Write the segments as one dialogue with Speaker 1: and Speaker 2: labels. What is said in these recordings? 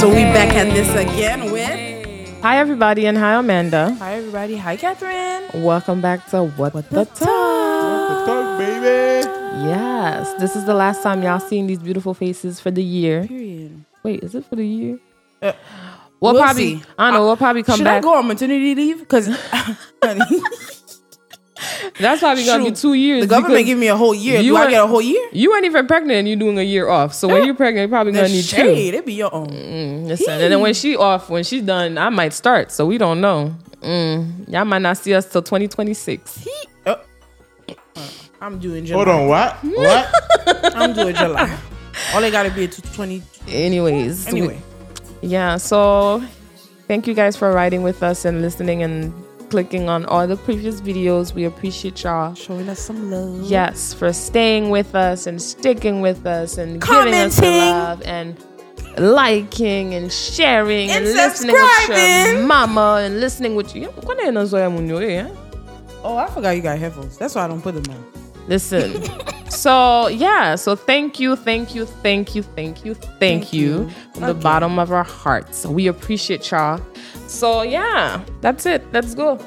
Speaker 1: So we back at this again with
Speaker 2: Hi, everybody, and hi, Amanda.
Speaker 3: Hi everybody. Hi Catherine.
Speaker 2: Welcome back to What, the, Talk.
Speaker 4: Talk, baby.
Speaker 2: Yes, this is the last time y'all seen these beautiful faces for the year.
Speaker 3: Period.
Speaker 2: Wait, is it for the year?
Speaker 3: Uh,
Speaker 2: we'll,
Speaker 3: we'll
Speaker 2: probably,
Speaker 3: see. Uh,
Speaker 2: I don't know, we'll probably come
Speaker 3: Should I
Speaker 2: back.
Speaker 3: go on maternity leave? Because the
Speaker 2: That's probably going to be
Speaker 3: Shoot.
Speaker 2: two years.
Speaker 3: government
Speaker 2: because
Speaker 3: gave me a whole year.
Speaker 2: you
Speaker 3: Do I
Speaker 2: are-
Speaker 3: get a whole year?
Speaker 2: you ain't even pregnant and you doing a year off. So when you're pregnant, you're probably
Speaker 3: Uh, The
Speaker 2: going to need two.
Speaker 3: shade. It be your own.
Speaker 2: Listen, and then when she off, when she's done, I might start. So we don't know. Mm, y'all might not see us till 2026.
Speaker 3: Oh. Uh, I'm doing July.
Speaker 4: Hold on, what? What?
Speaker 3: I'm doing July. All I gotta be is 20.
Speaker 2: Anyways. we-
Speaker 3: Anyway,
Speaker 2: Yeah, so thank you guys for riding with us and listening and clicking on all the previous videos. We appreciate y'all.
Speaker 3: showing us some love.
Speaker 2: Yes, for staying with us and sticking with us and giving us the
Speaker 3: Commenting.
Speaker 2: love and liking and sharing and,
Speaker 3: And
Speaker 2: listening with your
Speaker 3: subscribing.
Speaker 2: mama and listening with you. Kone e nan zoya moun yo e, eh?
Speaker 3: Oh, I forgot you got headphones. That's why I don't put them on.
Speaker 2: Listen. so yeah, so thank you, thank you, thank you, thank you, thank, you, from the bottom of our hearts. We appreciate y'all. So yeah, that's it. Let's go.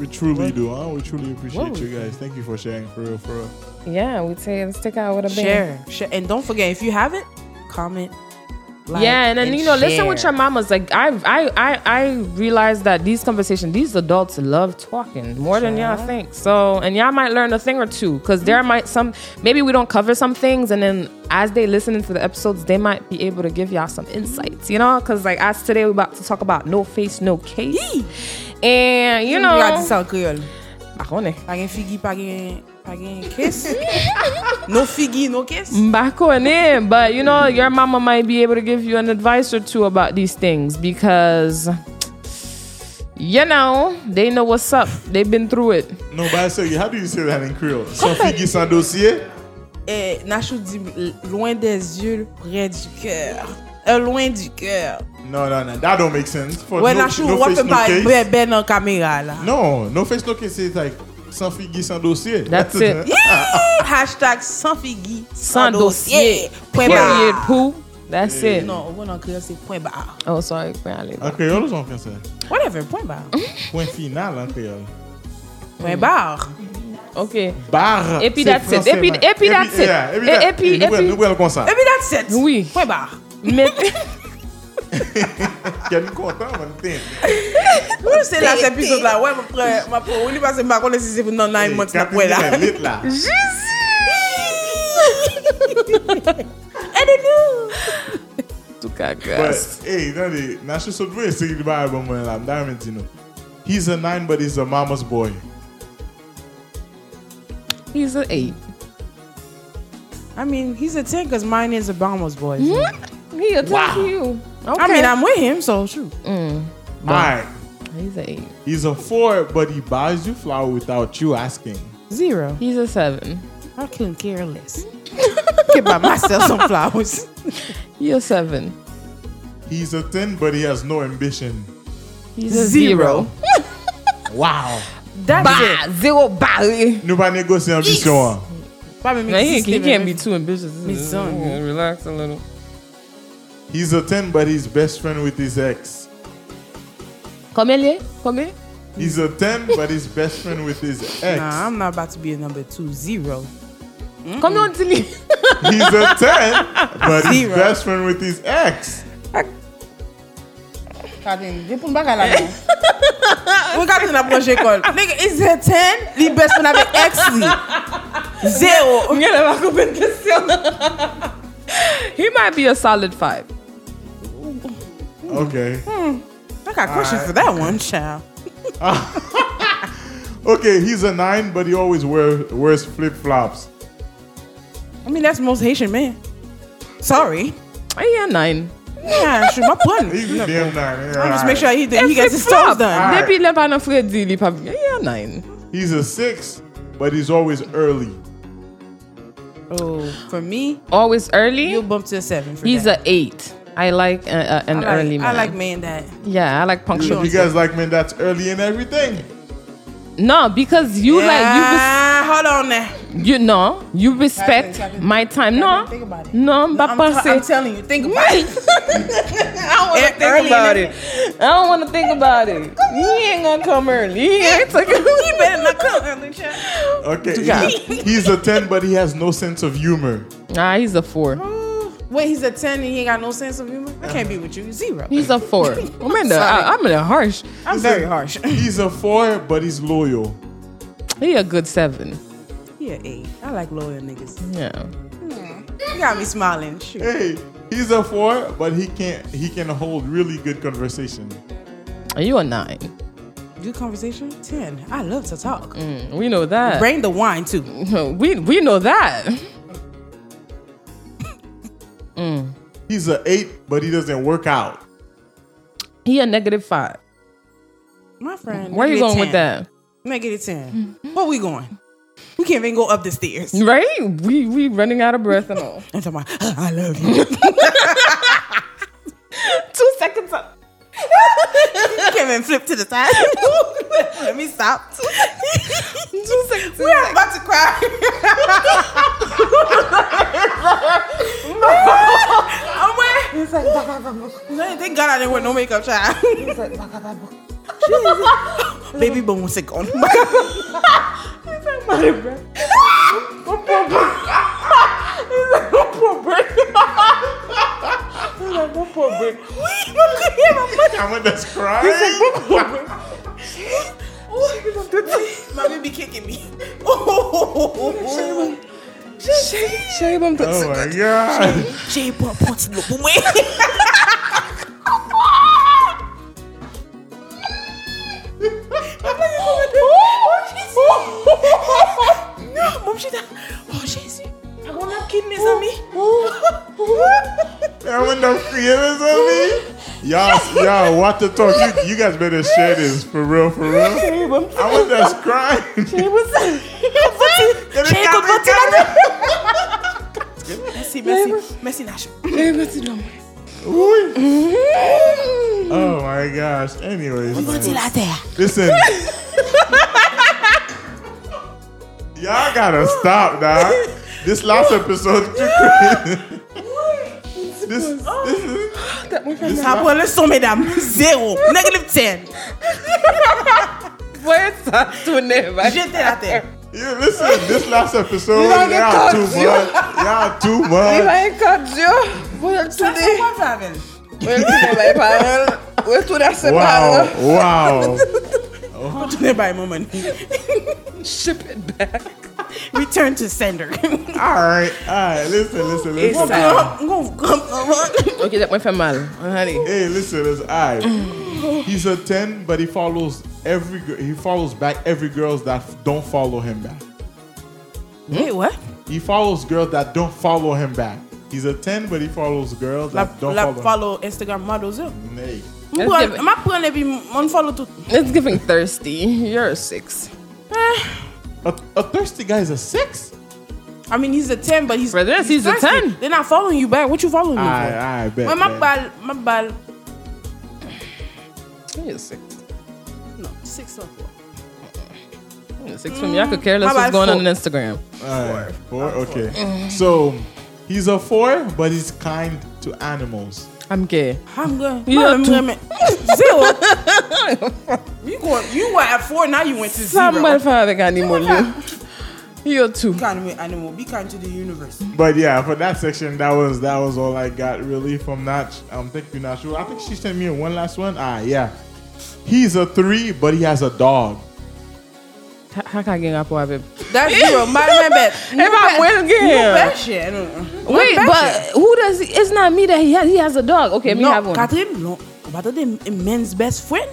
Speaker 4: We truly do, huh? We truly appreciate
Speaker 2: Whoa.
Speaker 4: you guys. Thank you for sharing, for real, for real.
Speaker 2: Yeah, we say let's stick out with a bang.
Speaker 3: Share, share, and don't forget if you haven't, comment. Like,
Speaker 2: Yeah, and then you know, listen with your
Speaker 3: share.
Speaker 2: mamas. Like I, I, I, I realize that these conversations, these adults love talking more than y'all think. So, and y'all might learn a thing or two because there might some maybe we don't cover some things, and then as they listen to the episodes, they might be able to give y'all some insights. You know, because like as today, we're about to talk about no face, no case, and you
Speaker 3: You got to
Speaker 2: know,
Speaker 3: sound Creole.
Speaker 2: Bakone.
Speaker 3: Pa gen figi, pa gen, pa gen kes. no figi, no kes.
Speaker 2: Bakone, but you know, your mama might be able to give you an advice or two about these things because you know they know what's up. They've been through it.
Speaker 4: No, but I say, how do you say that in Creole? Sans figue, sans dossier?
Speaker 3: Eh, Nacho dit, loin des yeux, près du cœur. Eh, loin du cœur.
Speaker 4: No, no, no. That don't make sense. For
Speaker 3: Ouais,
Speaker 4: Bon, no,
Speaker 3: Nacho,
Speaker 4: no
Speaker 3: wap
Speaker 4: face, no
Speaker 3: pa bre
Speaker 4: case.
Speaker 3: ben nan kamera la.
Speaker 4: No, no face, no case is like sans figue, sans dossier.
Speaker 2: That's it.
Speaker 3: Yeah! Hashtag sans figi,
Speaker 2: Sans dossier.
Speaker 3: Point
Speaker 2: Period.
Speaker 3: barre.
Speaker 2: Poo. That's it.
Speaker 3: Non, wè nan kriyo se point barre.
Speaker 2: Oh, sorry. apparently.
Speaker 4: En créole ou en français?
Speaker 3: Whatever, point barre.
Speaker 4: Point final en créole.
Speaker 3: point barre.
Speaker 2: Okay.
Speaker 4: Barre.
Speaker 2: Et puis
Speaker 4: c'est
Speaker 2: that's it.
Speaker 4: français,
Speaker 2: Et puis-
Speaker 4: man.
Speaker 2: et puis that's it.
Speaker 4: yeah, Et puis
Speaker 2: Et-
Speaker 4: that-
Speaker 2: et puis- et
Speaker 4: nous
Speaker 2: puis-
Speaker 4: prenons- Nous prenons comme ça.
Speaker 3: Et puis that's it.
Speaker 2: Oui.
Speaker 3: Point barre.
Speaker 2: Mais-
Speaker 4: Quel content, man. Tiens.
Speaker 3: Ou se la se epizod la, wè mwen pre, mwen pre, ou li pase mwen konen si se pou nan 9 months nan pre
Speaker 4: Catherine,
Speaker 3: la.
Speaker 4: elle est là.
Speaker 3: I don't know.
Speaker 2: Tout cas,
Speaker 4: But,
Speaker 2: guys.
Speaker 4: hey, nan de, nan chou sot vwe se ki li ba e bon mwen la, mda men ti nou. He's a nine, but he's a mama's boy.
Speaker 2: He's an eight.
Speaker 3: I mean, he's a 10 because mine is Obama's boy.
Speaker 2: He a ten to you. Mm-hmm. Okay.
Speaker 3: I mean, I'm with him, so shoot.
Speaker 4: Mine,
Speaker 2: He's an eight.
Speaker 4: he's a four, but he buys you flower without you asking.
Speaker 3: Zero.
Speaker 2: He's a seven.
Speaker 3: I couldn't care less. Get by myself some flowers.
Speaker 2: He a seven.
Speaker 4: He's a ten, but he has no ambition.
Speaker 2: He's a zero.
Speaker 4: Wow.
Speaker 3: That's it.
Speaker 2: Bah, zero bah.
Speaker 4: Nou pa negosye ambisyon an.
Speaker 3: Why me make
Speaker 2: Now, he,
Speaker 3: this
Speaker 2: he can't
Speaker 3: statement?
Speaker 2: be too ambitious.
Speaker 3: Miss Sonia.
Speaker 2: Relax a little.
Speaker 4: He's a ten, but he's best friend with his ex.
Speaker 2: Combien il est? Combien?
Speaker 4: He's a ten, but he's best friend with his ex.
Speaker 3: Nah, I'm not about to be a number two. Zero.
Speaker 2: Combien on dit lui?
Speaker 4: He's a ten, but he's
Speaker 3: Zero.
Speaker 4: best friend with his ex.
Speaker 3: Kaden, di pou mbaka la mwen. Mwen kaden la proche ekol. Nigga, is a 10, li best friend avek ex li. Zero.
Speaker 2: Mwen la va koupe une question. He might be a solid five.
Speaker 4: Okay.
Speaker 3: I got questions for that one, child.
Speaker 4: Okay, he's a nine, but he always wear, wears flip flops.
Speaker 3: I mean, that's most Haitian man. Sorry.
Speaker 2: Ah, he a nine.
Speaker 3: Yeah, shoot, my pun.
Speaker 4: He's a damn nine.
Speaker 3: I just make sure he, he gets his
Speaker 2: Flip-flop.
Speaker 3: toes done.
Speaker 4: Alright.
Speaker 2: Depi le pa nan Freddy, li pa... He a nine.
Speaker 4: He's a six, but he's always early.
Speaker 3: Oh, for me,
Speaker 2: Always early.
Speaker 3: you'll bump to a seven. For
Speaker 2: He's
Speaker 3: that.
Speaker 2: a eight. I like uh, uh, an
Speaker 3: I like,
Speaker 2: early man.
Speaker 3: I like man that.
Speaker 2: Yeah, I like
Speaker 4: If
Speaker 2: punctual.
Speaker 4: you guys like men, that's early in everything.
Speaker 2: No, because you like...
Speaker 3: Ah, hold on there.
Speaker 2: You, res- you know, you respect
Speaker 3: Captain, Captain.
Speaker 2: my time. No,
Speaker 3: Captain, think about it.
Speaker 2: no, mba
Speaker 3: I'm, t- I'm
Speaker 2: pase.
Speaker 3: telling you, think about it. Eh,
Speaker 2: I don't
Speaker 5: Early about
Speaker 2: want to think about it. I don't want to think about it. He ain't gonna come early. He ain't to come. He better not come early.
Speaker 4: Okay. He's, he's a 10, but he has no sense of humor.
Speaker 2: Nah, he's a four.
Speaker 3: Wait, he's a 10 and he ain't got no sense of humor? I can't be with you. Zero.
Speaker 2: He's a four. Amanda, I, I'm in a harsh.
Speaker 3: I'm
Speaker 4: He's
Speaker 3: very
Speaker 4: a-
Speaker 3: harsh.
Speaker 4: He's a 4, but he's loyal.
Speaker 2: He a good seven.
Speaker 3: He a 8. I like loyal niggas.
Speaker 2: Yeah.
Speaker 3: You got me smiling. Shoot.
Speaker 4: Hey, he's a 4, but he can't he can hold really good conversation.
Speaker 2: Are you a nine?
Speaker 3: Good conversation? 10. I love to talk.
Speaker 2: Mm, we know that.
Speaker 3: Bring the wine too.
Speaker 2: We we know that.
Speaker 4: He's a 8, but he doesn't work out.
Speaker 2: He a negative five.
Speaker 3: My friend.
Speaker 2: Where you
Speaker 3: negative
Speaker 2: going with
Speaker 3: 10.
Speaker 2: that?
Speaker 3: Negative 10. Where we going? We can't even go up the stairs.
Speaker 2: Right? We we running out of breath and all.
Speaker 3: I'm talking about, I love you.
Speaker 2: Two seconds up.
Speaker 3: can't even flip to the side. Let me stop.
Speaker 2: Two seconds.
Speaker 3: We are about to cry. I'm wearing. It's like, thank God I didn't wear no makeup, child. It's like, Baby bones are gone.
Speaker 4: Amanda's crying.
Speaker 3: Mommy be kicking me. Oh,
Speaker 2: Shave him.
Speaker 4: Oh my god.
Speaker 3: J Pop wants to look away. Oh! No, Oh! Non, mom, she done. Oh, she's. I want to kidneys on me.
Speaker 4: That window creators on me. Y'all, y'all, what the talk? You, you guys better share this for real, for real. I was just crying.
Speaker 3: Merci, merci. Merci, Nash.
Speaker 4: oh my gosh. Anyways, listen. y'all gotta stop, dog. This last episode. this,
Speaker 2: Oh.
Speaker 4: this is
Speaker 3: Ça prend le son, mesdames. Zéro. Negative 10.
Speaker 2: Where's that to never?
Speaker 3: Jeter la terre.
Speaker 4: Yeah, listen, this last episode,
Speaker 2: You don't get
Speaker 4: y'all
Speaker 2: caught,
Speaker 4: too
Speaker 2: you-
Speaker 4: much. Y'all too much.
Speaker 2: ain't caught you. Where's
Speaker 3: Ça, c'est quoi, Pavel?
Speaker 2: Where's to that
Speaker 4: Wow, wow.
Speaker 3: Retournez by moment.
Speaker 2: Ship it back.
Speaker 3: Return to sender.
Speaker 4: all right, all right. Listen, listen, listen.
Speaker 2: It's- Ok, that went for mal. Honey.
Speaker 4: Hey, listen, listen. All right. He's a ten, but he follows every. gir- He follows back every girls that f- don't follow him back.
Speaker 2: Eh,
Speaker 3: Wait, what?
Speaker 4: He follows girls that don't follow him back. He's a ten, but he follows girls
Speaker 3: La,
Speaker 4: that don't
Speaker 3: la
Speaker 4: follow.
Speaker 3: follow Instagram models yo.
Speaker 4: him. Hey.
Speaker 3: Mwen
Speaker 2: Let's give it-
Speaker 3: pren- mwen pren epi mwen follow tout.
Speaker 2: It's giving thirsty. You're a six.
Speaker 4: A, a thirsty guy is a six.
Speaker 3: Ah, I mean, he's a 10, but he's...
Speaker 2: For this, he's a
Speaker 3: thirsty.
Speaker 2: 10.
Speaker 3: They're not following you back. What you following me
Speaker 4: All
Speaker 3: for?
Speaker 4: right, all right, bet.
Speaker 3: Mwen
Speaker 4: bet.
Speaker 3: mwen bal, mwen bal...
Speaker 2: You're a six.
Speaker 3: No, 6 or 4.
Speaker 2: You're a six from me. I could care less
Speaker 3: How
Speaker 2: what's
Speaker 3: about
Speaker 2: going on on
Speaker 3: four?
Speaker 2: Instagram.
Speaker 4: Alright, Four. Mm. Okay. So he's a four, but he's kind to animals.
Speaker 2: I'm gay.
Speaker 3: I'm good.
Speaker 2: You have
Speaker 3: Mwen mwen mwen... Zero. you, go, you were at 4, now you went to 0.
Speaker 2: Some motherfucker got any more you. You're two.
Speaker 3: Be kind with animal. Be kind to the universe.
Speaker 4: But yeah, for that section, that was that was all I got really from Natch. Um, thank you, Natch. I think she sent me one last one. Ah, yeah. He's a three, but he has a dog.
Speaker 2: How can I get up with it?
Speaker 3: That's zero. My, my bad.
Speaker 2: If I win again.
Speaker 3: Bad shit. I don't know.
Speaker 2: Wait,
Speaker 3: Bad
Speaker 2: but who does he? It's not me that he has. He has a dog. Okay, me have
Speaker 3: Non,
Speaker 2: one.
Speaker 3: Catherine, non. On va attendre un men's best friend.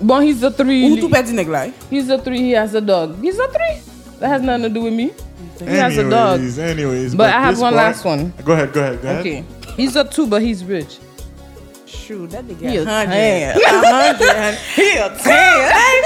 Speaker 2: Bon, he's a three.
Speaker 3: Ou tout perdu nèg là.
Speaker 2: He's a three. He has a dog. He's a three. That has nothing to do with me. He has a dog.
Speaker 4: Anyways, anyways.
Speaker 2: But I have
Speaker 4: this
Speaker 2: one last one.
Speaker 4: Go ahead, go ahead, go ahead.
Speaker 2: Okay. He's a two, but he's rich.
Speaker 3: Shoot, that nigga.
Speaker 2: He a
Speaker 3: hundred. A hundred. He a ten.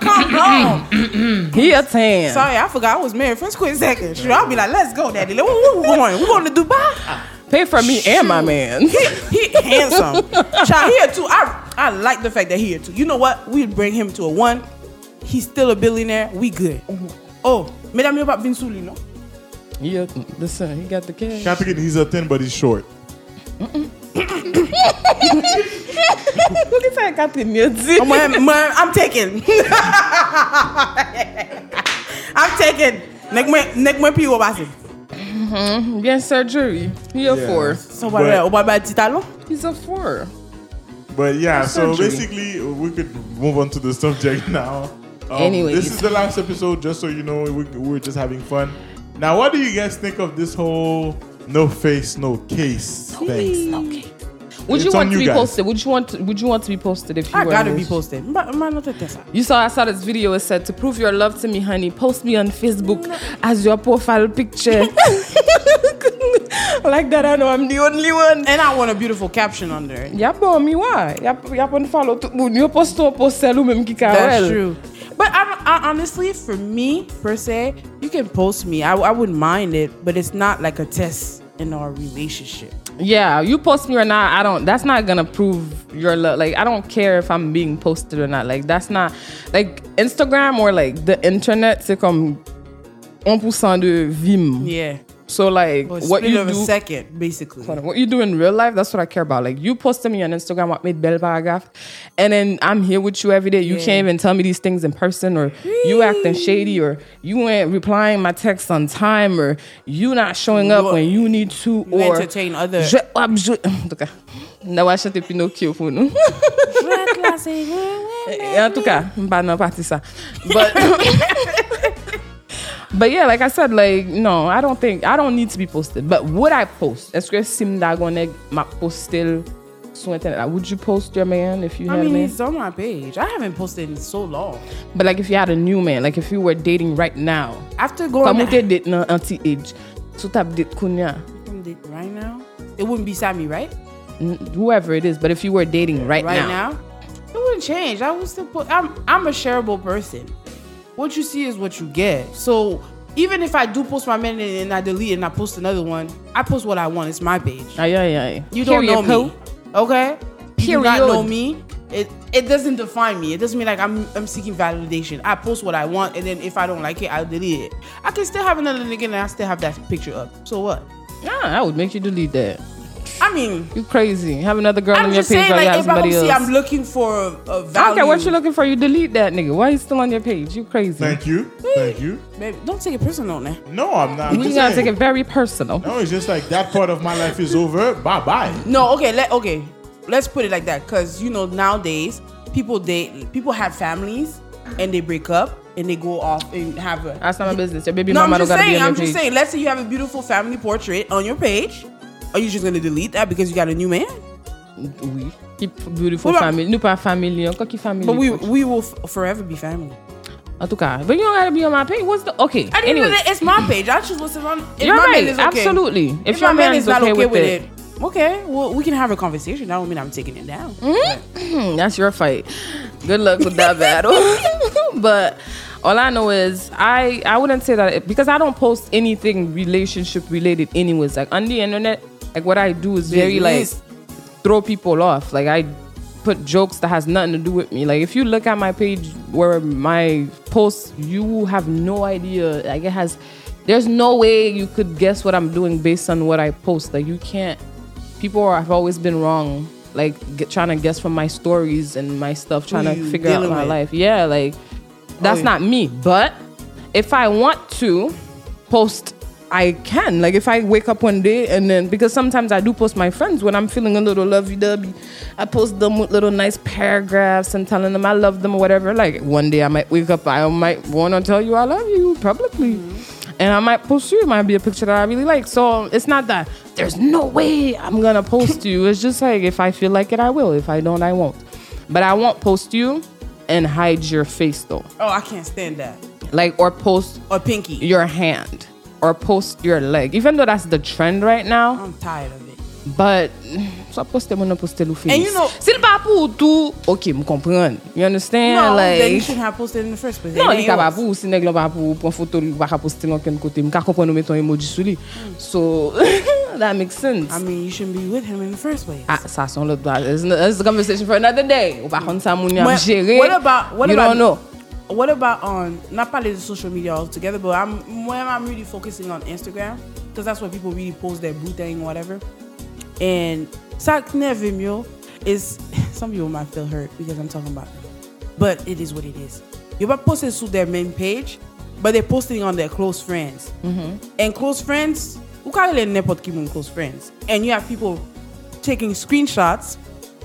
Speaker 3: Come on.
Speaker 2: He a tan.
Speaker 3: Sorry, I forgot I was married. First quick second. Shoot, I'll be like, let's go, daddy. Like, where we going? We going to Dubai?
Speaker 2: Pay for me and my man.
Speaker 3: He handsome. Child, here too. I I like the fact that he here too. You know what? we bring him to a one. He's still a billionaire. We good. Oh, mesdames, yo pap vin sou li, non?
Speaker 2: Yeah, listen, he got the cash.
Speaker 4: Can't forget he's a ten, but he's short.
Speaker 2: Look at that Captain Yodzi.
Speaker 3: Mwen, mwen, I'm taken. I'm taken. Nek mwen, nek mwen pi wabase.
Speaker 2: Bien surgery. He a
Speaker 4: Yeah.
Speaker 2: four.
Speaker 3: So wabase,
Speaker 4: But-
Speaker 3: wabase ti talon.
Speaker 2: He's a four.
Speaker 4: But yeah, so
Speaker 2: surgery.
Speaker 4: basically, we could move on to the subject now. Um,
Speaker 2: Anyways.
Speaker 4: this is the last episode, just so you know, we, we're just having fun. Now, what do you guys think of this whole no face, no case thing?
Speaker 2: Would
Speaker 4: It's
Speaker 2: you
Speaker 4: on
Speaker 2: want to
Speaker 4: you
Speaker 2: be
Speaker 4: guys.
Speaker 2: posted? Would you want to, would you want to be posted if you
Speaker 3: I
Speaker 2: were
Speaker 3: gotta be
Speaker 2: engaged?
Speaker 3: posted. Mba, mba nou te te sa.
Speaker 2: You saw I saw this video it said to prove your love to me, honey, post me on Facebook as your profile picture. like that I know I'm the only one.
Speaker 3: And I want a beautiful caption under it.
Speaker 2: Ya bon mi wa. Ya ya pon follow tout moun. Yo posto post sel ou menm ki ka
Speaker 3: That's
Speaker 2: wel.
Speaker 3: true. But I, don't- I, honestly, for me per se, you can post me. I, I wouldn't mind it, but it's not like a test in our relationship.
Speaker 2: Yeah, you post me or not, I don't. That's not gonna prove your love. Like I don't care if I'm being posted or not. Like that's not like Instagram or like the internet. C'est comme 1% de vim.
Speaker 3: Yeah.
Speaker 2: So like
Speaker 3: But
Speaker 2: what
Speaker 3: split
Speaker 2: you
Speaker 3: of a
Speaker 2: do.
Speaker 3: second, basically.
Speaker 2: What you do in real life, that's what I care about. Like you posted me on Instagram what made belle paragraph, and then I'm here with you every day. You can't even tell me these things in person, or you acting shady, or you ain't replying my text on time, or you not showing up
Speaker 3: You-
Speaker 2: when you need to,
Speaker 3: you
Speaker 2: or
Speaker 3: entertain other-
Speaker 2: Je, um, je, en tout cas, na wa chante Pinocchio pour nous. en tout cas, Eh, mba nan parti sa. But But yeah, like I said, like no, I don't think I don't need to be posted. But would I post? Est-ce que si m'da gonna ma postel sur internet? Like, would you post your man if you
Speaker 3: I
Speaker 2: had a
Speaker 3: mean,
Speaker 2: man?
Speaker 3: he's on my page. I haven't posted in so long.
Speaker 2: But like if you had a new man, like if you were dating right now,
Speaker 3: After
Speaker 2: comme
Speaker 3: going
Speaker 2: ou te date nan anti-age, sou tap date kounya,
Speaker 3: right now, it wouldn't be Sammy, right?
Speaker 2: n- whoever it is. But if you were dating right,
Speaker 3: Right
Speaker 2: now,
Speaker 3: now, it wouldn't change. I would still put. I'm I'm a shareable person. What you see is what you get. So even if I do post my man and, and I delete and I post another one, I post what I want. It's my page.
Speaker 2: aïe aïe aïe.
Speaker 3: You don't
Speaker 2: Period, poo.
Speaker 3: know me. Okay? You do not
Speaker 2: Period.
Speaker 3: know me. It it doesn't define me. It doesn't mean like I'm I'm seeking validation. I post what I want and then if I don't like it, I'll delete it. I can still have another nigga and I still have that picture up. So what?
Speaker 2: Nah, I would make you delete that.
Speaker 3: I mean
Speaker 2: You crazy? Have another girl
Speaker 3: I'm
Speaker 2: on your
Speaker 3: just
Speaker 2: page
Speaker 3: saying,
Speaker 2: while you
Speaker 3: like,
Speaker 2: have
Speaker 3: if I don't
Speaker 2: somebody else.
Speaker 3: see, I'm looking for a, a value.
Speaker 2: I don't care what you're looking for. You delete that nigga. Why he's still on your page? You crazy?
Speaker 4: Thank you. Thank you.
Speaker 3: Baby, don't take it personal now.
Speaker 4: No, I'm not. I'm
Speaker 2: We
Speaker 4: just
Speaker 2: gotta
Speaker 4: saying.
Speaker 2: take it very personal.
Speaker 4: No, it's just like that part of my life is over. Bye bye.
Speaker 3: No, okay, let okay, let's put it like that, because you know nowadays people date, people have families, and they break up and they go off and have a.
Speaker 2: That's not my business. Your baby
Speaker 3: no, I'm
Speaker 2: mama don't
Speaker 3: just
Speaker 2: gotta be
Speaker 3: saying.
Speaker 2: on
Speaker 3: I'm
Speaker 2: your
Speaker 3: just
Speaker 2: page.
Speaker 3: saying. Let's say you have a beautiful family portrait on your page. Are you just gonna delete that because you got a new man?
Speaker 2: Oui. Keep beautiful
Speaker 3: Well,
Speaker 2: family. Nous pas family. Encore qui family.
Speaker 3: But we we will f- forever be family.
Speaker 2: En tout cas, but you don't gotta be on my page. What's the okay?
Speaker 3: At the end of the
Speaker 2: Anyway,
Speaker 3: day, it's my page. I choose what's around. If
Speaker 2: you're
Speaker 3: my man
Speaker 2: right.
Speaker 3: is okay,
Speaker 2: Absolutely. If,
Speaker 3: If,
Speaker 2: your
Speaker 3: my man
Speaker 2: is
Speaker 3: is not okay, with, it,
Speaker 2: it
Speaker 3: okay, well we can have a conversation. That don't mean I'm taking it down.
Speaker 2: Hmm, that's your fight. Good luck with that battle. but all I know is I I wouldn't say that because I don't post anything relationship related anyways. Like on the internet, like what I do is very like
Speaker 3: Business.
Speaker 2: throw people off. Like I put jokes that has nothing to do with me. Like if you look at my page where my posts, you will have no idea. Like it has there's no way you could guess what I'm doing based on what I post. Like you can't people are, have always been wrong like g trying to guess from my stories and my stuff trying
Speaker 3: you
Speaker 2: to figure out
Speaker 3: dealing
Speaker 2: my
Speaker 3: with.
Speaker 2: life yeah like that's
Speaker 3: yeah.
Speaker 2: not me but if i want to post i can like if i wake up one day and then because sometimes i do post my friends when i'm feeling a little lovey-dovey i post them with little nice paragraphs and telling them i love them or whatever like one day i might wake up i might want to tell you i love you publicly and I might post you. It might be a picture that I really like. So it's not that there's no way I'm gonna post you. It's just like if I feel like it, I will. If I don't, I won't. But I won't post you and hide your face though,
Speaker 3: Oh, I can't stand that.
Speaker 2: like or post
Speaker 3: Or pinky.
Speaker 2: your hand or post your leg. Even though that's the trend right now,
Speaker 3: I'm tired of it.
Speaker 2: but so post them on post le face.
Speaker 3: And you know-
Speaker 2: c'est pas pour tout. Okay, me comprendre. You understand?
Speaker 3: no, then you
Speaker 2: like.
Speaker 3: shouldn't have posted in the first place.
Speaker 2: Non,
Speaker 3: It
Speaker 2: li
Speaker 3: ain't
Speaker 2: ka pa
Speaker 3: yours.
Speaker 2: pou, si neg lan pa pou pran foto li pa ka poste nan ken kote, mi ka kompon nou meton emoji sou li. So, that makes sense.
Speaker 3: I mean, you shouldn't be with him in the first place.
Speaker 2: Ah, sa son lot ba. It's, no- it's a conversation for another day. Ou pa kon sa moun yam
Speaker 3: But
Speaker 2: jere.
Speaker 3: what about what
Speaker 2: you
Speaker 3: about
Speaker 2: don't know.
Speaker 3: What about on not probably the social media altogether, but I'm when I'm really focusing on Instagram because that's where people really post their boo thing, whatever. And Sakne Vimeo is some people might feel hurt because I'm talking about them. But it is what it is. You're not posting to their main page, but they're posting on their close friends.
Speaker 2: Mm-hmm.
Speaker 3: And close friends, you can't let nepot keep on close friends. And you have people taking screenshots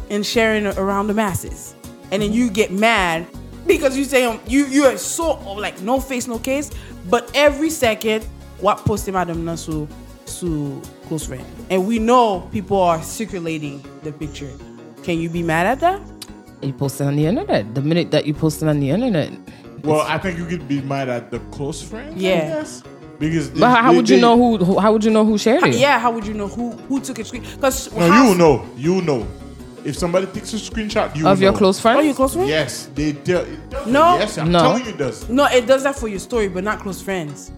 Speaker 3: and sharing around the masses. And then you get mad because you say um, you you are so like no face no case, but every second what post him Adam Nasu su close friend. And we know people are circulating the picture. Can you be mad at that?
Speaker 2: You post it on the internet. The minute that you post it on the internet.
Speaker 4: Well, I think you could be mad at the close friends. I
Speaker 3: Yeah.
Speaker 4: guess. Because
Speaker 2: But how, how
Speaker 4: they-
Speaker 2: would you
Speaker 4: they-
Speaker 2: know who, who? How would you know who shared it?
Speaker 3: Yeah, how would you know who who took a screen? Because
Speaker 4: No, you know. You know. If somebody takes a screenshot, you
Speaker 2: Of your
Speaker 4: know.
Speaker 2: close friends.
Speaker 3: Are Oh, you close friends?
Speaker 4: Yes, they do. it does-
Speaker 3: No.
Speaker 4: Yes, I'm
Speaker 2: No.
Speaker 4: telling you it does.
Speaker 3: No, it does that for your story, but not close friends.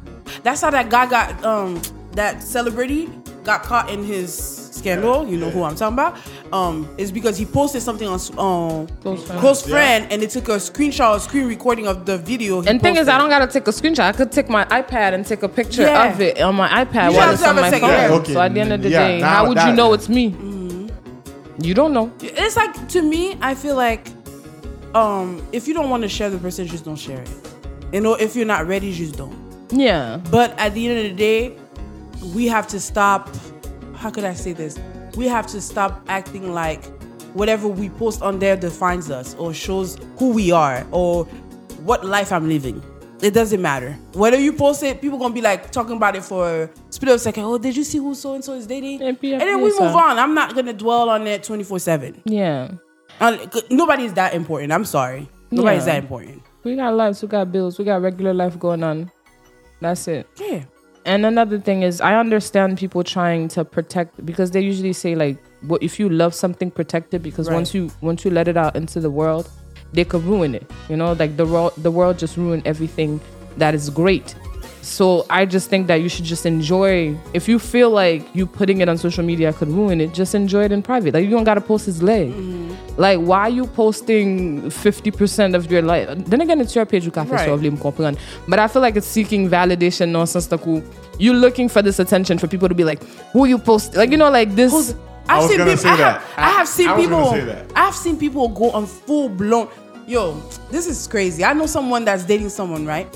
Speaker 3: That's how that guy got um that celebrity got caught in his scandal. You know who I'm talking about? Um, is because he posted something on s- um
Speaker 2: Close friends.
Speaker 3: close friend, and they took a screenshot, a screen recording of the video. he
Speaker 2: And thing is,
Speaker 3: posted.
Speaker 2: I don't gotta take a screenshot. I could take my iPad and take a picture
Speaker 3: Yeah.
Speaker 2: of it on my iPad
Speaker 3: You
Speaker 2: while
Speaker 3: have
Speaker 2: it's
Speaker 3: to
Speaker 2: on
Speaker 3: have a
Speaker 2: my phone.
Speaker 3: second. Mm-hmm. Yeah,
Speaker 4: okay.
Speaker 2: So at the end of the
Speaker 4: Yeah,
Speaker 2: day,
Speaker 4: now
Speaker 2: how would you
Speaker 4: that-
Speaker 2: know it's me? You don't know.
Speaker 3: It's like to me, I feel like um if you don't want to share the person, just don't share it. You know, if you're not ready, just don't.
Speaker 2: Yeah.
Speaker 3: But at the end of the day, we have to stop. How could I say this? We have to stop acting like whatever we post on there defines us or shows who we are or what life I'm living. It doesn't matter. Whether you post it, people gonna be like talking about it for a split of a second. Oh, did you see who so and so is dating?
Speaker 2: Yeah,
Speaker 3: And
Speaker 2: yeah,
Speaker 3: then we
Speaker 2: yeah,
Speaker 3: move
Speaker 2: so.
Speaker 3: on. I'm not gonna dwell on it 24 7.
Speaker 2: Yeah.
Speaker 3: Nobody's that important. I'm sorry. Nobody's
Speaker 2: Yeah.
Speaker 3: that important.
Speaker 2: We got lives. We got bills. We got regular life going on. That's it.
Speaker 3: Yeah.
Speaker 2: And another thing is, I understand people trying to protect because they usually say like, "What if you love something, protect it?" Because
Speaker 3: Right.
Speaker 2: once you once you let it out into the world, they could ruin it. You know, like the world the world just ruined everything that is great. So I just think that you should just enjoy. If you feel like you putting it on social media could ruin it, just enjoy it in private. Like you don't gotta post his leg. Like why you posting fifty percent of your life? Then again, it's your page. You can't
Speaker 3: Right.
Speaker 2: solve me comprendre. But I feel like it's seeking validation nonsense. Like, you're looking for this attention for people to be like, who you post, like you know, like this.
Speaker 3: I've
Speaker 4: was
Speaker 3: seen
Speaker 4: gonna
Speaker 3: people.
Speaker 4: say
Speaker 3: I,
Speaker 4: that.
Speaker 3: Have, I,
Speaker 4: I-
Speaker 3: have seen
Speaker 4: I was
Speaker 3: people.
Speaker 4: gonna say that.
Speaker 3: I've seen people go on full blown. Yo, this is crazy. I know someone that's dating someone, right?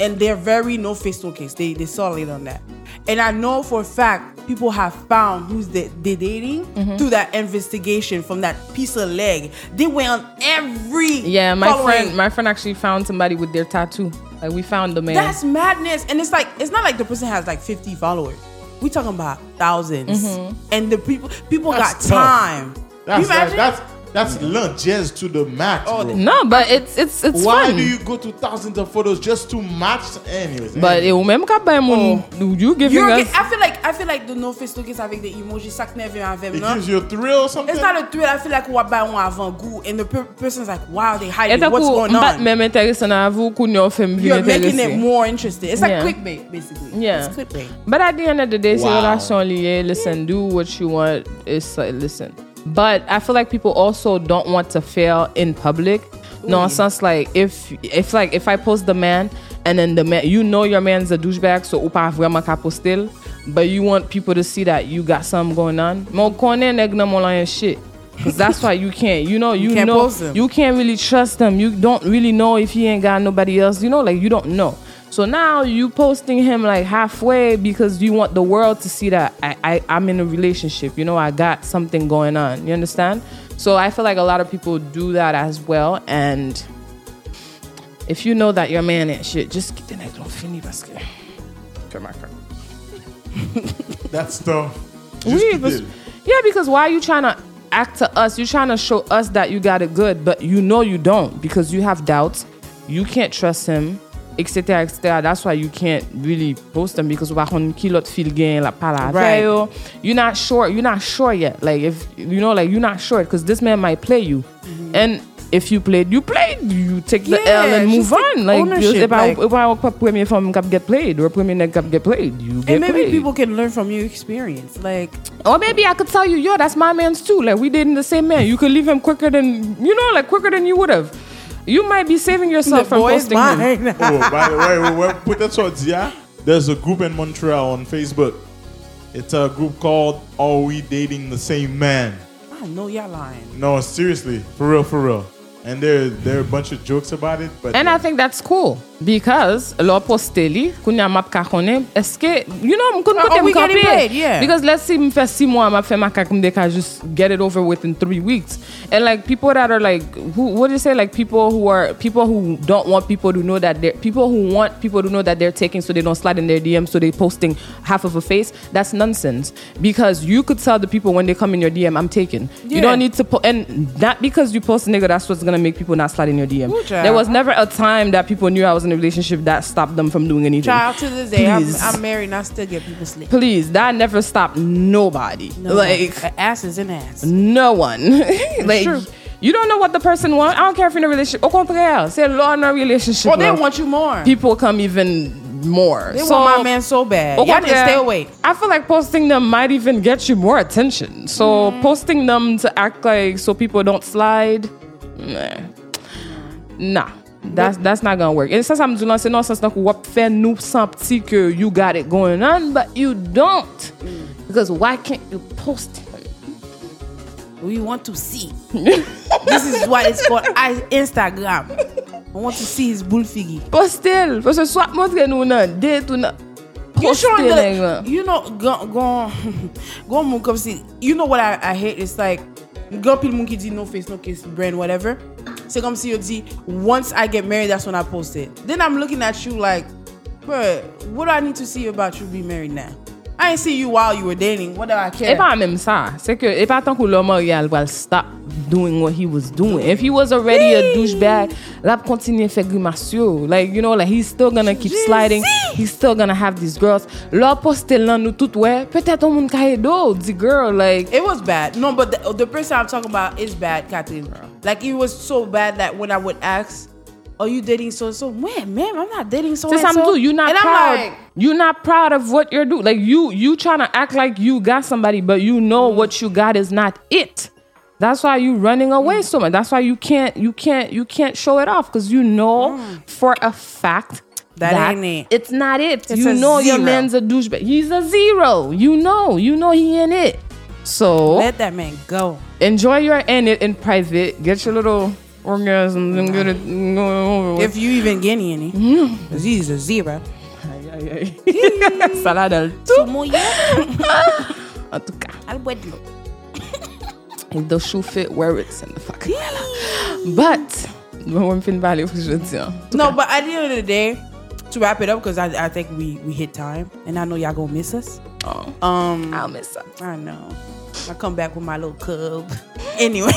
Speaker 3: And they're very no face no case. They they solid on that. And I know for a fact people have found who's they, they dating
Speaker 2: Mm-hmm.
Speaker 3: through that investigation from that piece of leg. They went on every
Speaker 2: Yeah, my
Speaker 3: following-
Speaker 2: friend, my friend actually found somebody with their tattoo. Like we found the man.
Speaker 3: That's madness. And it's like it's not like the person has like 50 followers. We talking about 1000s
Speaker 2: Mm-hmm.
Speaker 3: And the people people
Speaker 4: That's
Speaker 3: got
Speaker 4: tough.
Speaker 3: time.
Speaker 4: That's
Speaker 3: you imagine?
Speaker 4: that's that's lunges to the max,
Speaker 3: Oh,
Speaker 4: bro.
Speaker 2: no, but it's it's it's
Speaker 4: Why
Speaker 2: fun.
Speaker 4: do you go to thousands of photos just to match? Anyways,
Speaker 2: but
Speaker 4: anyway.
Speaker 2: it will même quand même you giving
Speaker 3: Oh. You're
Speaker 2: us.
Speaker 3: get- I feel like I feel like the no face look is avec des emojis ça que never avec
Speaker 4: it
Speaker 3: non.
Speaker 4: gives you a thrill or something.
Speaker 3: It's not a thrill. I feel like what by one avant goût and the per- person's like, wow, they hide
Speaker 2: Et
Speaker 3: it.
Speaker 2: d'un
Speaker 3: What's
Speaker 2: coup,
Speaker 3: going
Speaker 2: m'bat
Speaker 3: on?
Speaker 2: même intéressant à vous qu'on y a fait me
Speaker 3: You're making
Speaker 2: intéresser.
Speaker 3: it more interesting. It's like
Speaker 2: Yeah.
Speaker 3: clickbait, basically.
Speaker 2: Yeah.
Speaker 3: it's clickbait.
Speaker 2: But at the end of the day, wow.
Speaker 4: Wow.
Speaker 2: relation liée, listen, do what you want. It's like, listen. But I feel like people also don't want to fail in public. Nonsense. Like if if like if I post the man and then the man, you know your man's a douchebag, so ou pas vraiment qu'à poster, but you want people to see that you got something going on. Mon connaît nèg nan mon lan yon shit. Cause that's why you can't, you know, you,
Speaker 3: can't
Speaker 2: know,
Speaker 3: post him.
Speaker 2: you can't really trust him. You don't really know if he ain't got nobody else. You know, like you don't know. So now you posting him like halfway because you want the world to see that I, I I'm in a relationship. You know, I got something going on. You understand? So I feel like a lot of people do that as well. And if you know that your man ain't shit, just get the next one. Fini parce que.
Speaker 4: That's tough. Just
Speaker 2: Oui,
Speaker 4: keep
Speaker 2: parce-
Speaker 4: it.
Speaker 2: yeah, because why are you trying to act to us? You're trying to show us that you got it good, but you know you don't because you have doubts. You can't trust him, etc., etc. That's why you can't really post him because why on kilot feel gain la pala
Speaker 3: Right.
Speaker 2: You're not sure. You're not sure yet. Like if you know, like you're not sure because this man might play you, and if you played, you played. You take the
Speaker 3: Mm-hmm. Yeah,
Speaker 2: L and move
Speaker 3: just take
Speaker 2: on. Like
Speaker 3: ownership,
Speaker 2: if I
Speaker 3: like-
Speaker 2: if I walk up premier from cap get played or premier neck cap get played, you get
Speaker 3: And maybe
Speaker 2: played.
Speaker 3: people can learn from your experience. Like,
Speaker 2: Or maybe I could tell you, yo, that's my man's too. Like we dating the same man. You could leave him quicker than you know, like quicker than you would have. You might be saving yourself
Speaker 3: the
Speaker 2: from
Speaker 3: boy is
Speaker 2: posting him.
Speaker 3: mine.
Speaker 4: oh, by the way, we- we put that towards yeah. There's a group in Montreal on Facebook. It's a group called Are We Dating the Same Man?
Speaker 3: I know y'all lying.
Speaker 4: No, seriously, for real, for real. And there, there are a bunch of jokes about it, but
Speaker 2: And I think that's cool because lor posteli, koun ya map kakone, eske, you know, mkoun
Speaker 3: Are-
Speaker 2: kote
Speaker 3: are we
Speaker 2: mkapi.
Speaker 3: getting paid? Yeah.
Speaker 2: Because let's see, mfe si mwa map fe makak mde ka just get it over with in three weeks. And like people that are like, who, what do you say, like people who are, people who don't want people to know that they're, people who want people to know that they're taking so they don't slide in their DM so they posting half of a face, that's nonsense. Because you could tell the people when they come in your DM, I'm taking. You
Speaker 3: Yeah.
Speaker 2: don't need to, po- and not because you post a nigga, that's what's gonna make people not slide in your DM.
Speaker 3: Ooh, child.
Speaker 2: There was never a time that people knew I was in a relationship that stopped them from doing anything.
Speaker 3: Child to this day, I'm,
Speaker 2: Please.
Speaker 3: I'm married and I still get people sleep.
Speaker 2: Please, that never stopped nobody. Like
Speaker 3: A ass is an ass.
Speaker 2: no one. like
Speaker 3: true.
Speaker 2: you don't know what the person wants. I don't care if you're in a relationship. Au contraire, c'est law in a relationship.
Speaker 3: Well, they
Speaker 2: love.
Speaker 3: want you more.
Speaker 2: people come even more.
Speaker 3: They
Speaker 2: so,
Speaker 3: want my man so bad.
Speaker 2: au
Speaker 3: Y'all didn't
Speaker 2: contraire,
Speaker 3: stay away.
Speaker 2: I feel like posting them might even get you more attention. So posting them to act like so people don't slide, nah, nah. That's that's not gonna work. And since I'm doing c'est non sens donc wap fait nous sentir que you got it going on, but you don't. Because why can't you post it?
Speaker 3: We want to see. this is why it's called I- Instagram. I want to see his bull figgy.
Speaker 2: Post it. Parce que soit montre nous nan date ou nan
Speaker 3: You
Speaker 2: post
Speaker 3: showing
Speaker 2: it, uh,
Speaker 3: the,
Speaker 2: nigga.
Speaker 3: you know, go go go on, come see. You know what I, I hate? It's like go people monkey did no face, no kiss, brand, whatever. So come see you D. Once I get married, that's when I post it. Then I'm looking at you like, bro, what do I need to see about you being married now? I ain't see you while you were dating. What do I care?
Speaker 2: E pa mèm sa, se ke e pa tan kou lòm Ariel will stop doing what he was doing. If he was already a douchebag, la p kontinye fè grimasyo. Like, you know, like he's still gonna keep
Speaker 3: Je
Speaker 2: sliding.
Speaker 3: sais.
Speaker 2: He's still gonna have these girls. Lò poste lan nou tout wè, petèt an moun ka edo, di girl, like,
Speaker 3: It was bad. No, but the, the person I'm talking about is bad, Kathleen. Like it was so bad that when I would ask, "Are you dating so and so?" Man, ma'am, I'm not dating so
Speaker 2: se
Speaker 3: and
Speaker 2: sam
Speaker 3: so.
Speaker 2: do, you not
Speaker 3: and
Speaker 2: proud.
Speaker 3: I'm like,
Speaker 2: you not proud of what you're doing. Like, you, you trying to act like you got somebody, but you know
Speaker 3: Mm-hmm.
Speaker 2: what you got is not it. That's why you running
Speaker 3: Mm-hmm.
Speaker 2: away so much. That's why you can't you can't you can't show it off because you know for a fact
Speaker 3: Mm. That ain't it.
Speaker 2: It's not it.
Speaker 3: It's
Speaker 2: you
Speaker 3: a
Speaker 2: know your
Speaker 3: zero.
Speaker 2: man's a douchebag. He's a zero. You know. You know he ain't it. So
Speaker 3: let that man go.
Speaker 2: enjoy your in it in private. Get your little orgasms and get it going over with.
Speaker 3: If you even getting any,
Speaker 2: Mm-hmm.
Speaker 3: because he's a zero.
Speaker 2: Salada.
Speaker 3: Two more years,
Speaker 2: En tout cas,
Speaker 3: I'll wed you.
Speaker 2: if the shoe fit, wear it. Send the fuck. But when fin parler, faut que je le dise.
Speaker 3: No, but at the end of the day, to wrap it up, because I, I think we we hit time, and I know y'all gonna miss us.
Speaker 2: Oh,
Speaker 3: Um,
Speaker 2: I'll miss up.
Speaker 3: I know. I come back with my little cub. Anyway.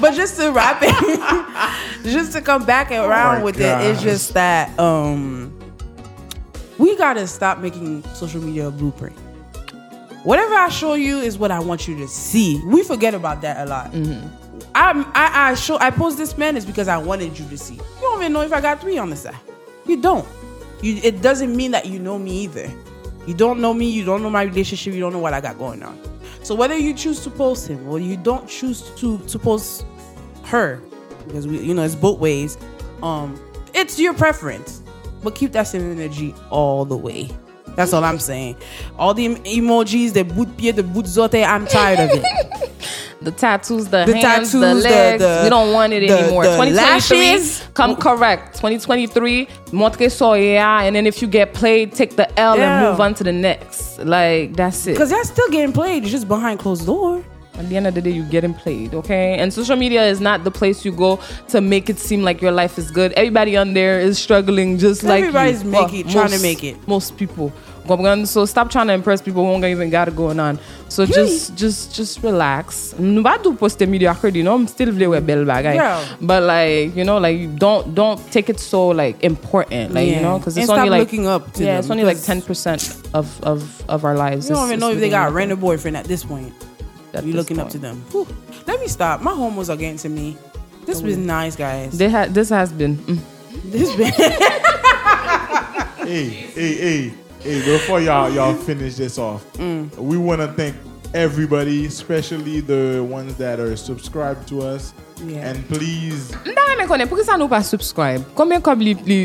Speaker 3: but just to wrap it, just to come back and around
Speaker 4: Oh my
Speaker 3: with it, it's
Speaker 4: gosh.
Speaker 3: just that um we gotta stop making social media a blueprint. Whatever I show you is what I want you to see. We forget about that a lot.
Speaker 4: Mm-hmm.
Speaker 3: I'm- I, I show I post this man is because I wanted you to see. You don't even know if I got three on the side. You don't. You it doesn't mean that you know me either. You don't know me. You don't know my relationship. You don't know what I got going on. So whether you choose to post him or you don't choose to to post her, because we you know it's both ways. Um, it's your preference, but keep that same energy all the way. That's all I'm saying. All the em- emojis, the boot pied, the boot zote, I'm tired of it.
Speaker 2: The tattoos, the,
Speaker 3: The
Speaker 2: hands, the
Speaker 3: tattoos, the-
Speaker 2: legs.
Speaker 3: the-
Speaker 2: we don't want it
Speaker 3: the-
Speaker 2: anymore.
Speaker 3: the
Speaker 2: 2023,
Speaker 3: lashes.
Speaker 2: come correct. 2023, montre so yeah, and then if you get played, take the L
Speaker 3: Yeah.
Speaker 2: and move on to the next. Like that's it.
Speaker 3: Because that's still getting played. It's just behind closed door.
Speaker 2: At the end of the day, you're getting played, okay? And social media is not the place you go to make it seem like your life is good. Everybody on there is struggling, just like you.
Speaker 3: Everybody's make
Speaker 2: Well,
Speaker 3: it- trying to make it.
Speaker 2: Most people, Comprend? so stop trying to impress people who don't even got it going on. So just, just, just relax. Nou ba do poste mediocrity, no? I'm still vle we bel bagay.
Speaker 3: Yeah.
Speaker 2: But like, you know, like don't, don't take it so like important, like you
Speaker 3: Yeah.
Speaker 2: know, because
Speaker 3: And
Speaker 2: it's only
Speaker 3: stop
Speaker 2: like
Speaker 3: looking up to
Speaker 2: yeah,
Speaker 3: them,
Speaker 2: it's only like
Speaker 3: because-
Speaker 2: ten percent of of of our lives.
Speaker 3: You don't
Speaker 2: is-
Speaker 3: even
Speaker 2: is
Speaker 3: know if
Speaker 2: living
Speaker 3: they got a
Speaker 2: like
Speaker 3: random boyfriend at this point.
Speaker 2: that
Speaker 3: You're
Speaker 2: this
Speaker 3: looking up
Speaker 2: point.
Speaker 3: to them. Whew. Let me stop. My homos are getting to me. This was nice, guys.
Speaker 2: They ha- this has been. mm.
Speaker 3: This been
Speaker 4: hey, hey, hey, hey, before y'all y'all finish this off, we want to thank everybody, especially the ones that are subscribed to us.
Speaker 3: Yeah.
Speaker 4: And please,
Speaker 2: Mda mè konè, pou ki sa nou pa subscribe? Koumyen kob li, li,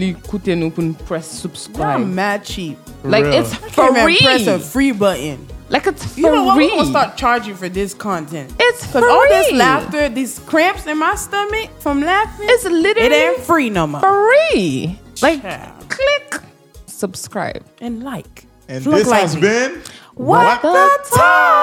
Speaker 2: li koute nou pou nou press
Speaker 3: Y'all
Speaker 2: subscribe?
Speaker 3: mad cheap.
Speaker 2: like,
Speaker 4: real.
Speaker 2: it's
Speaker 3: I
Speaker 2: free.
Speaker 3: can't even press a free button.
Speaker 2: like, it's free.
Speaker 3: You know what? We're gonna start charging for this content.
Speaker 2: It's
Speaker 3: all this
Speaker 2: free.
Speaker 3: laughter, these cramps in my stomach from laughing,
Speaker 2: It's
Speaker 3: it
Speaker 2: literally
Speaker 3: ain't free no more.
Speaker 2: free. Like,
Speaker 3: Child.
Speaker 2: click, subscribe.
Speaker 3: And like.
Speaker 4: and
Speaker 3: Look
Speaker 4: this
Speaker 3: like
Speaker 4: has
Speaker 3: me.
Speaker 4: been
Speaker 2: What the
Speaker 3: time?